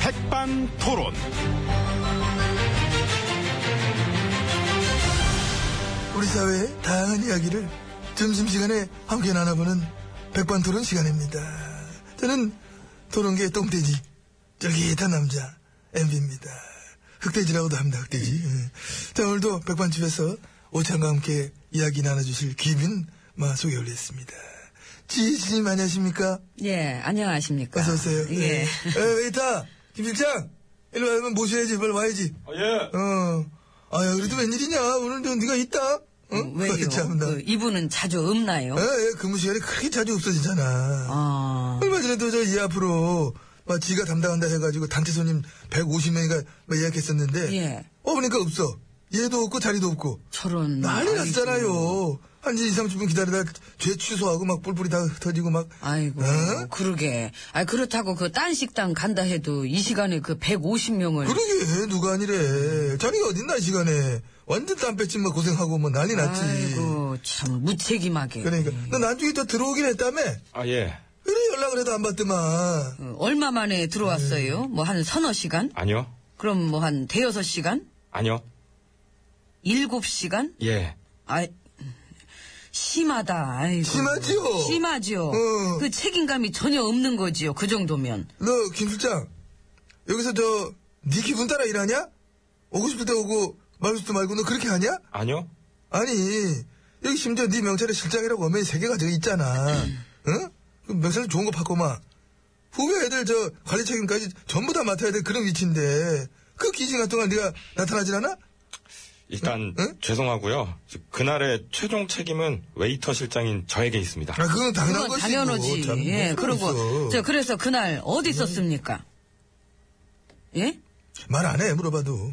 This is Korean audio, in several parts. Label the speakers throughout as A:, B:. A: 백반 토론.
B: 우리 사회의 다양한 이야기를 점심시간에 함께 나눠보는 백반토론 시간입니다. 저는 토론계 똥돼지, 쫄깃한 남자, MB입니다. 흑돼지라고도 합니다, 흑돼지. 예. 자, 오늘도 백반집에서 오찬과 함께 이야기 나눠주실 귀빈 마 소개 올렸습니다. 지지님 안녕하십니까?
C: 예, 안녕하십니까.
B: 어서오세요. 네.
C: 예.
B: 웨이터! 김일장! 일로 와면 모셔야지, 빨리 와야지.
A: 예.
B: 어. 아야, 그래도 웬일이냐? 오늘 너 네가 있다? 응?
C: 어, 왜요?
B: 어? 참나.
C: 그 이분은 자주 없나요?
B: 예, 예, 근무 시간이 그렇게 자주 없어지잖아.
C: 아,
B: 얼마 전에도 저 이 앞으로 막 지가 담당한다 해가지고 단체 손님 150명이가 예약했었는데
C: 예.
B: 어 보니까 없어. 얘도 없고 자리도 없고
C: 저런.
B: 난리
C: 음, 아이고.
B: 났잖아요. 한 20, 30분 기다리다 죄 취소하고 막 뿔뿔이 다 흩어지고 막
C: 아이고,
B: 어?
C: 그러게. 아, 그렇다고 그 딴 식당 간다 해도 이 시간에 그 150명을.
B: 그러게 누가 아니래. 자리가 어딨나 이 시간에 완전 땀 뺐지 뭐 고생하고 뭐 난리 났지.
C: 아이고, 참, 무책임하게.
B: 그러니까 너 나중에 또 들어오긴 했다며.
A: 아, 예.
B: 그래 연락을 해도 안 받더만.
C: 어, 얼마 만에 들어왔어요?
B: 네.
C: 뭐 한 서너 시간?
A: 아니요.
C: 그럼 뭐 한 대여섯 시간?
A: 아니요.
C: 일곱 시간?
A: 예.
C: 아 심하다, 아이고.
B: 심하지요?
C: 심하지요.
B: 어.
C: 그 책임감이 전혀 없는 거지요, 그 정도면.
B: 너, 김실장, 여기서 저, 네 기분 따라 일하냐? 오고 싶을 때 오고, 말고 싶을 때 말고, 너 그렇게 하냐?
A: 아니요.
B: 아니, 여기 심지어 네 명찰에 실장이라고 어면이 세 개가 저기 있잖아. 응? 그 명찰 좋은 거 받고만. 후배 애들 저, 관리 책임까지 전부 다 맡아야 될 그런 위치인데, 그 긴 시간 동안 네가 나타나질 않아?
A: 일단
B: 응?
A: 죄송하고요. 저, 그날의 최종 책임은 웨이터 실장인 저에게 있습니다.
B: 아, 그건 당연한
C: 그건
B: 거지.
C: 당연하지.
B: 뭐. 참,
C: 예,
B: 뭐 네.
C: 그러고
B: 그러고
C: 저 그래서 그날 어디 있었습니까? 예?
B: 말안 해, 물어봐도.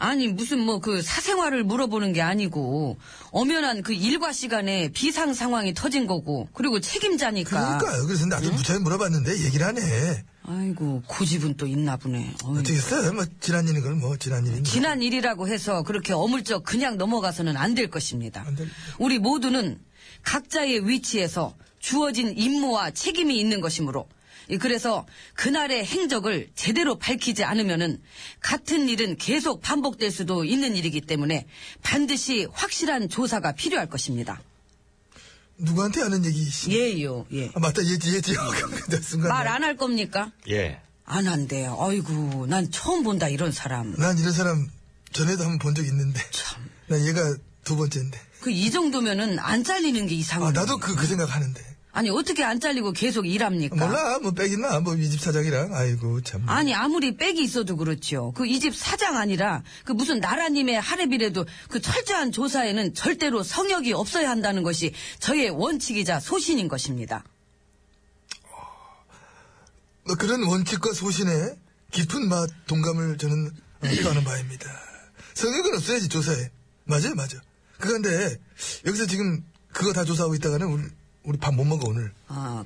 C: 아니 무슨 뭐 그 사생활을 물어보는 게 아니고 엄연한 그 일과 시간에 비상 상황이 터진 거고 그리고 책임자니까.
B: 그러니까요. 그래서
C: 예?
B: 나도 무차히 물어봤는데 얘기를 안 해.
C: 음. 아이고 그 고집은 또 있나 보네. 어이.
B: 어떻겠어? 뭐, 지난 일인 걸 뭐, 지난 일인데.
C: 지난 일이라고 해서 그렇게 어물쩍 그냥 넘어가서는 안 될 것입니다.
B: 안 될-
C: 우리 모두는 각자의 위치에서 주어진 임무와 책임이 있는 것이므로 이, 그래서 그날의 행적을 제대로 밝히지 않으면은 같은 일은 계속 반복될 수도 있는 일이기 때문에 반드시 확실한 조사가 필요할 것입니다.
B: 누구한테 하는 얘기이시?
C: 예요, 예.
B: 아, 맞다, 예지, 예지. 어, 깜짝이야, 순간.
C: 말 안 할 겁니까?
A: 예.
C: 안 한대요. 아이고, 난 처음 본다 이런 사람.
B: 난 이런 사람 전에도 한번 본 적 있는데. 난 얘가 두 번째인데.
C: 그 이 정도면은 안 잘리는 게 이상해.
B: 아, 나도 그, 그
C: 음.
B: 생각 하는데.
C: 아니 어떻게 안 잘리고 계속 일합니까?
B: 몰라, 뭐, 빼기나, 뭐, 이 집 사장이랑. 아이고, 참.
C: 아니 아무리 백이 있어도 그렇죠. 그 이 집 사장 아니라 그 무슨 나라님의 하랩이라도 그 철저한 조사에는 절대로 성역이 없어야 한다는 것이 저의 원칙이자 소신인 것입니다.
B: 뭐 그런 원칙과 소신에 깊은 맛, 동감을 저는 어, 표하는 바입니다. 성역은 없어야지, 조사에. 맞아요, 맞아. 그건데, 여기서 지금 그거 다 조사하고 있다가는 우리, 우리 밥 못 먹어, 오늘.
C: 아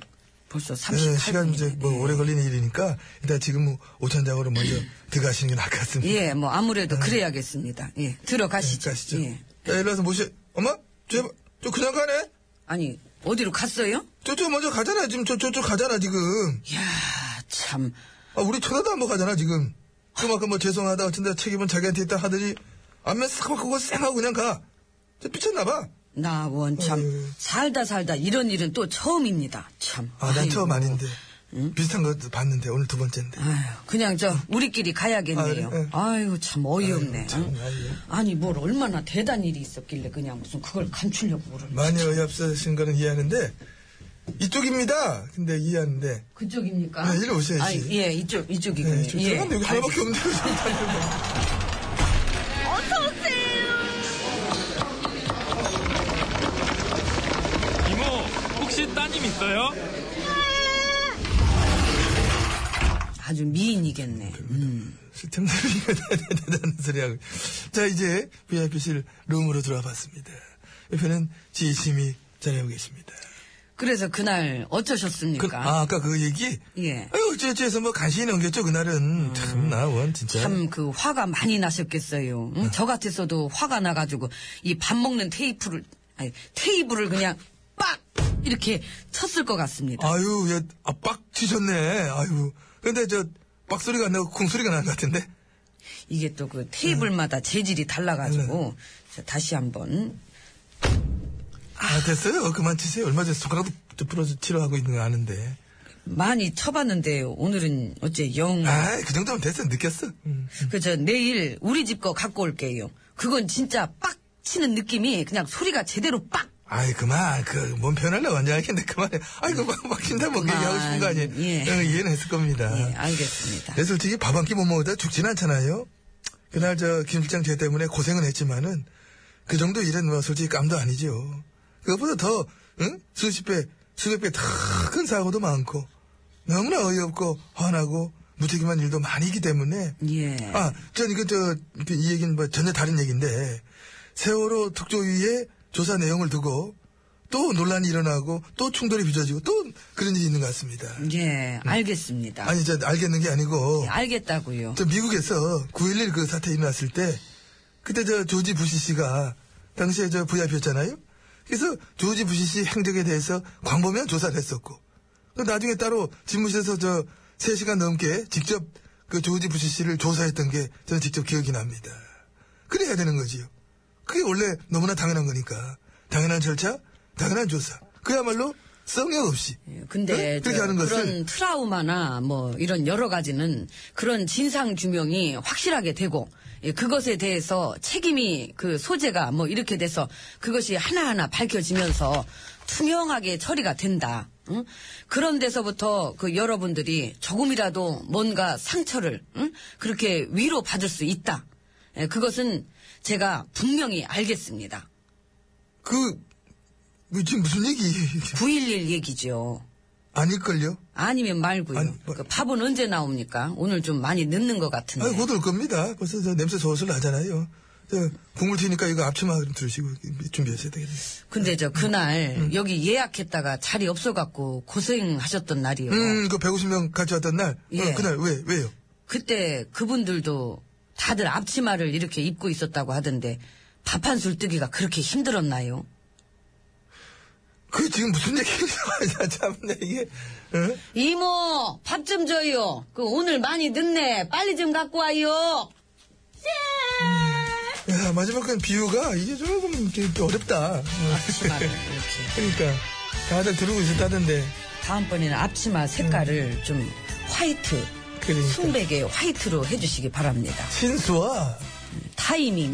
C: 벌써
B: 네,
C: 38분.
B: 시간 문제 뭐 오래 걸리는 일이니까 일단 지금 뭐 오천장으로 먼저 들어가시는 게 나을 것 같습니다.
C: 예, 뭐 아무래도 그래야겠습니다. 예, 들어가시죠.
B: 네. 가시죠.
C: 예.
B: 자, 일로 와서 모셔. 엄마? 저, 저 그냥 가네?
C: 아니 어디로 갔어요?
B: 저, 저 먼저 가잖아. 지금 저, 저, 저 가잖아, 지금.
C: 이야 참.
B: 아, 우리 쳐다도 안 보고 가잖아, 지금. 그만큼 뭐 죄송하다, 어쩐다, 책임은 자기한테 있다 하더니 안면 싹 바꾸고 쌩하고 그냥 가. 저 미쳤나봐.
C: 나 원 참
B: 아유.
C: 살다 살다 이런 일은 또 처음입니다. 참.
B: 예. 아, 난 처음
C: 아이고.
B: 아닌데. 비슷한 거 봤는데, 오늘 두 번째인데.
C: 아휴, 그냥 저 우리끼리 가야겠네요.
B: 아, 그래, 예.
C: 아유 참 어이없네.
B: 아유, 참,
C: 응?
B: 아유.
C: 아니 뭘 얼마나 대단한 일이 있었길래 그냥 무슨 그걸 감추려고 그러는.
B: 많이 어이없으신 거는 이해하는데, 이쪽입니다. 근데 이해하는데,
C: 그쪽입니까?
B: 아, 이리 오셔야지.
C: 아, 예 이쪽 이쪽이군요.
B: 네, 좀
C: 예.
B: 사람도 여기 하나밖에 없는데 왜 저기 다녀요?
D: 이모, 혹시 따님 있어요?
C: 아주 미인이겠네. 음.
B: 쓸데없는 소리가 대단한 소리하고. 자, 이제 VIP실 룸으로 들어와 봤습니다. 옆에는 지심이 자리하고 계십니다.
C: 그래서 그날 어쩌셨습니까?
B: 그, 아, 아까 그 얘기?
C: 그러니까. 예. 음.
B: 아유, 어찌어찌해서 뭐 간신히 넘겼죠, 그날은. 참나, 원, 진짜.
C: 참 그 화가 많이 나셨겠어요.
B: 아.
C: 응? 저 같았어도 화가 나가지고 이 밥 먹는 테이프를 아니 테이블을 그냥 빡 이렇게 쳤을 것 같습니다.
B: 예, 아유, 얘, 아, 빡 치셨네. 아유. 근데 저, 빡소리가 안 나고 쿵소리가 나는 것 같은데?
C: 이게 또 그 테이블마다 재질이 달라가지고
B: 네.
C: 자, 다시 한번
B: 아, 됐어요. 그만 치세요. 얼마 전에 손가락도 저 부러져 치료하고 있는 거 아는데.
C: 많이 쳐봤는데 오늘은 어째 영.
B: 아, 그 정도면 됐어. 느꼈어. 음.
C: 그저 내일 우리 집 거 갖고 올게요. 그건 진짜 빡 치는 느낌이 그냥 소리가 제대로 빡.
B: 아이, 그만. 그, 뭔 표현하려고 완전 알겠는데, 그만해. 아이, 그만, 막 친다고 그 얘기하고 싶은 거 아니에요?
C: 그만. 예.
B: 응, 이해는 했을 겁니다.
C: 예, 알겠습니다.
B: 내 솔직히 밥 한 끼 못 먹다 죽진 않잖아요. 그날 저 김실장 죄 때문에 고생은 했지만은 그 정도 일은 뭐 솔직히 깜도 아니죠. 그것보다 더 응? 수십 배, 수백 배 더 큰 사고도 많고 너무나 어이없고 화나고 무책임한 일도 많이기 때문에
C: 예.
B: 아, 전 이거 저이 얘기는 뭐 전혀 다른 얘기인데 세월호 특조위에 조사 내용을 두고 또 논란이 일어나고 또 충돌이 빚어지고 또 그런 일이 있는 것 같습니다.
C: 예, 알겠습니다.
B: 아. 아니 저 알겠는 게 아니고
C: 예, 알겠다고요.
B: 저 미국에서 9.11 그 사태 일어났을 때, 그때 저 조지 부시 씨가, 당시에 저 VIP였잖아요? 그래서 조지 부시 씨 행적에 대해서 광범위한 조사를 했었고, 그 나중에 따로 집무실에서 저 3시간 넘게 직접 그 조지 부시 씨를 조사했던 게 저는 직접 기억이 납니다. 그래야 되는 거지요. 그게 원래 너무나 당연한 거니까. 당연한 절차, 당연한 조사. 그야말로 성역 없이.
C: 예,
B: 응?
C: 근데
B: 그렇게
C: 저
B: 하는 것을
C: 그런 트라우마나 뭐 이런 여러 가지는 그런 진상 규명이 확실하게 되고 예, 그것에 대해서 책임이 그 소재가 뭐 이렇게 돼서 그것이 하나하나 밝혀지면서 투명하게 처리가 된다. 응? 그런 데서부터 그 여러분들이 조금이라도 뭔가 상처를 응? 그렇게 위로 받을 수 있다. 예, 그것은 제가 분명히 알겠습니다.
B: 그, 뭐 지금 무슨 얘기,
C: 9.11 얘기죠.
B: 아닐걸요?
C: 아니면 말고요.
B: 아니, 뭐-
C: 그 밥은 언제 나옵니까? 오늘 좀 많이 늦는 것 같은데.
B: 아니, 곧 올 겁니다. 벌써 저 냄새 솔솔 나잖아요. 저 국물 튀니까 이거 앞치마 좀 두시고 준비하셔야 되겠네요.
C: 근데 저 그날
B: 음,
C: 여기 예약했다가 자리 없어갖고 고생하셨던 날이요.
B: 음, 그 150명 같이 왔던 날. 어,
C: 네. 예.
B: 그날 왜 왜요?
C: 그때 그분들도 다들 앞치마를 이렇게 입고 있었다고 하던데 밥 한 술 뜨기가 그렇게 힘들었나요?
B: 그 지금 무슨 얘기입니까? 참네 이게. 어?
C: 이모 밥 좀 줘요. 그 오늘 많이 늦네. 빨리 좀 갖고 와요.
B: 야, 마지막 그 비유가 이게 조금 이렇게 어렵다. 어.
C: 앞치마를 이렇게.
B: 그러니까 다들 들고 있었다던데.
C: 다음번에는 앞치마 색깔을
B: 음.
C: 좀 화이트,
B: 그러니까.
C: 순백의 화이트로 해주시기 바랍니다.
B: 신수와
C: 타이밍.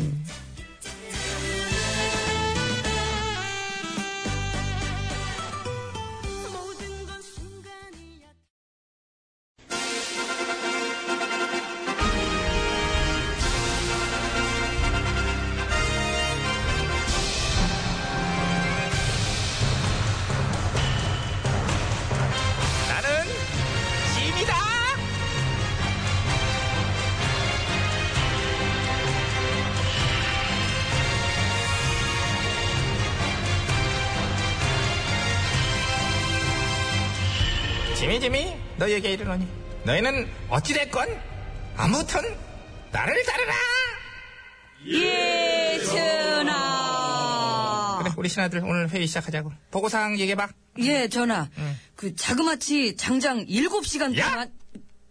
E: 나는 짐이다. 짐이 짐이 너희에게 이르노니 너희는 어찌됐건 아무튼 나를 따르라.
C: 예, 전하.
E: 그래 우리 신하들 오늘 회의 시작하자고 보고사항 얘기해봐.
C: 예, 전하. 그 자그마치 장장 7시간
E: 야!
C: 동안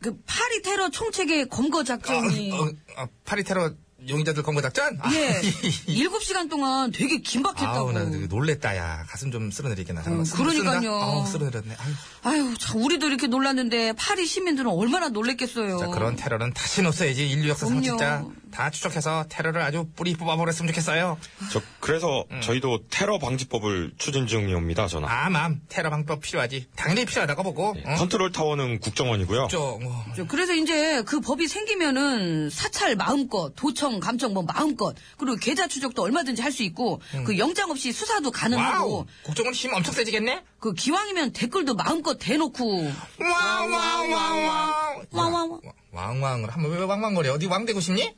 C: 그 파리 테러 총책의 검거 작전이
E: 어, 어, 어, 파리 테러 용의자들 검거 작전. 아,
C: 네. 예, 7시간 동안 되게 긴박했다고.
E: 아우 그 나 되게 놀랬다야 가슴 좀 쓸어내리겠나 잠깐만.
C: 어,
E: 쓸-
C: 뭐. 그러니까요.
E: 쓴다? 아우 쓸어내렸네 아유.
C: 아유, 참 우리도 이렇게 놀랐는데 파리 시민들은 얼마나 놀랬겠어요.
E: 자 그런 테러는 다시 없어야지 인류 역사상
C: 그럼요.
E: 진짜 다 추적해서 테러를 아주 뿌리 뽑아버렸으면 좋겠어요
A: 저 그래서 저희도 테러 방지법을 추진 중이옵니다, 전하.
E: 암암 테러 방법 필요하지 당연히 필요하다고 보고
C: 네.
A: 예,
E: 어?
A: 컨트롤 타워는 국정원이고요.
E: 저, 뭐.
C: 저 그래서 이제 그 법이 생기면은 사찰 마음껏, 도청, 감청 뭐 마음껏, 그리고 계좌 추적도 얼마든지 할 수 있고, 그 영장 없이 수사도 가능하고,
E: 음. 와우 국정원 힘 엄청 세지겠네
C: 그 기왕이면 댓글도 마음껏 대놓고
E: 와와와와우
C: 와와와.
E: 왕왕을 한번 왜 왕왕거려 어디 왕 되고 싶니?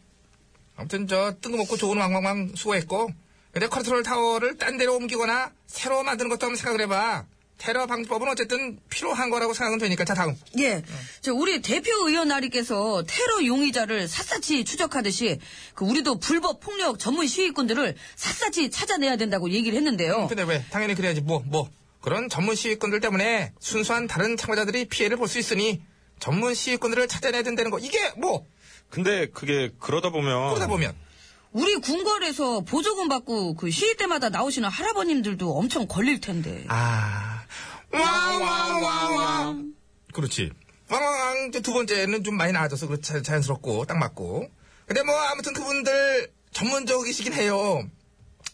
E: 아무튼 저 뜬금없고 좋은 왕왕왕 수고했고 근데 컨트롤 타워를 딴 데로 옮기거나 새로 만드는 것도 한번 생각을 해봐 테러 방법은 어쨌든 필요한 거라고 생각은 되니까 자 다음
C: 예, 저 우리 대표 의원 아리께서 테러 용의자를 샅샅이 추적하듯이 그 우리도 불법 폭력 전문 시위꾼들을 샅샅이 찾아내야 된다고 얘기를 했는데요.
E: 근데 왜? 당연히 그래야지. 뭐, 뭐. 그런 전문 시위꾼들 때문에 순수한 다른 참가자들이 피해를 볼 수 있으니 전문 시위꾼들을 찾아내야 된다는 거 이게 뭐
A: 근데 그게 그러다 보면
E: 그러다 보면
C: 우리 궁궐에서 보조금 받고 그 시위 때마다 나오시는 할아버님들도 엄청 걸릴 텐데.
E: 아 와와와와 그렇지 왕왕왕 이제 두 번째는 좀 많이 나아져서 그렇 자, 자연스럽고 딱 맞고 근데 뭐 아무튼 그분들 전문적이시긴 해요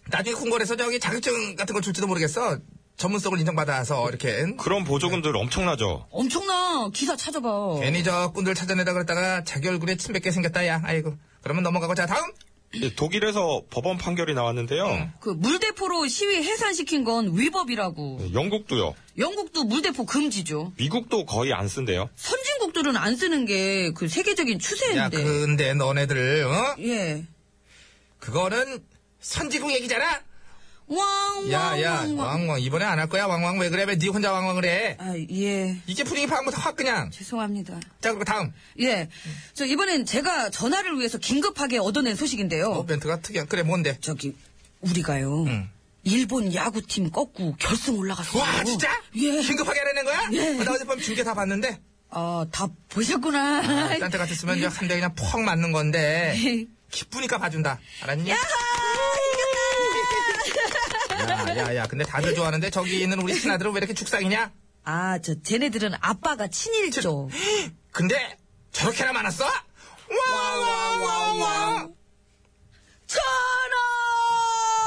E: 나중에 궁궐에서 저기 자격증 같은 걸 줄지도 모르겠어 전문성을 인정받아서 이렇게
A: 그런 보조금들 엄청나죠.
C: 엄청나. 기사 찾아봐.
E: 괜히 저 꾼들 찾아내다 그랬다가 자기 얼굴에 침 뱉게 생겼다 야 아이고 그러면 넘어가고 자 다음
A: 예, 독일에서 법원 판결이 나왔는데요.
C: 그 물대포로 시위 해산시킨 건 위법이라고.
A: 영국도요.
C: 영국도 물대포 금지죠.
A: 미국도 거의 안 쓴대요.
C: 선진국들은 안 쓰는 게 그 세계적인 추세인데.
E: 야 근데 너네들 어?
C: 예.
E: 그거는 선진국 얘기잖아
C: 왕, 왕,
E: 야야
C: 왕, 왕.
E: 왕왕 이번에 안 할 거야 왕왕 왜 그래 왜 네 혼자 왕왕을 해
C: 아, 예.
E: 이게 분위기 파악부터 확 그냥
C: 죄송합니다.
E: 자 그리고 다음
C: 예. 저 이번엔 제가 전화를 위해서 긴급하게 얻어낸 소식인데요.
E: 어 멘트가 특이한 그래 뭔데
C: 저기 우리가요. 일본 야구팀 꺾고 결승 올라갔어요.
E: 와 진짜
C: 예.
E: 긴급하게 하라는 거야
C: 예.
E: 어, 나 어젯밤 중계 다 봤는데
C: 아, 다 보셨구나.
E: 아, 딴때 같았으면 이제 한대 그냥 퍽 맞는 건데 기쁘니까 봐준다 알았니 야야야 근데 다들 좋아하는데 저기 있는 우리 친아들은 왜 이렇게 축상이냐
C: 아, 저 쟤네들은 아빠가 친일죠.
E: 근데 저렇게나 많았어 와와와와
C: 전화!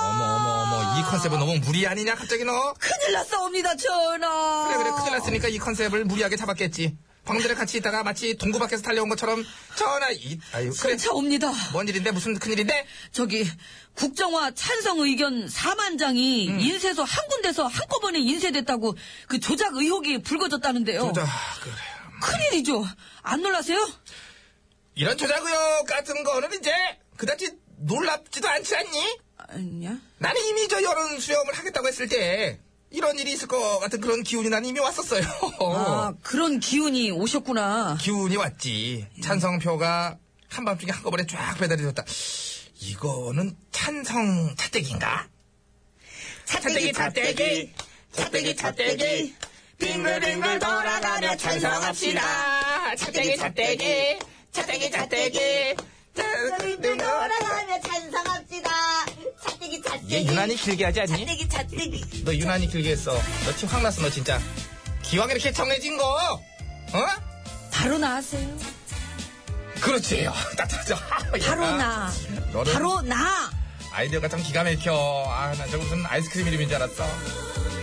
E: 어머 어머 어머 이 컨셉은 너무 무리 아니냐 갑자기 너
C: 큰일 났사옵니다, 전화!
E: 그래 그래
C: 어.
E: 큰일 났으니까 이 컨셉을 무리하게 잡았겠지. 방들에 같이 있다가 마치 동구 밖에서 달려온 것처럼 전화 이 아유 그래
C: 차 옵니다.
E: 뭔 일인데 무슨 큰일인데
C: 저기 국정화 찬성 의견 4만 장이
E: 음.
C: 인쇄소 한 군데서 한꺼번에 인쇄됐다고 그 조작 의혹이 불거졌다는데요.
E: 조작 그래
C: 큰일이죠. 안 놀라세요?
E: 이런 조작 의혹 같은 거는 이제 그다지 놀랍지도 않지 않니?
C: 아니야.
E: 나는 이미 저 여론 수렴을 하겠다고 했을 때 이런 일이 있을 것 같은 그런 기운이 난 이미 왔었어요.
C: 아 그런 기운이 오셨구나.
E: 기운이 왔지 찬성표가 한밤중에 한꺼번에 쫙 배달이 됐다. 이거는 찬성 차떼기인가? 차떼기 차떼기 차떼기 차떼기 빙글빙글 돌아가며 찬성합시다 차떼기 차떼기 차떼기 차떼기 빙글빙글
F: 돌아가며 찬성합시다. 찻대기
E: 얘
F: 찻대기.
E: 유난히 길게 하지 않니?
F: 찻대기 찻대기.
E: 너 유난히 길게 했어 너 침 확 났어 너 진짜 기왕 이렇게 정해진 거 어?
C: 바로 나하세요.
E: 그렇지 아, 딱 들었죠 아,
C: 바로 나.
E: 너는
C: 바로 나.
E: 아, 아이디어가 참 기가 막혀 아나 저거 무슨 아이스크림 이름인 줄 알았어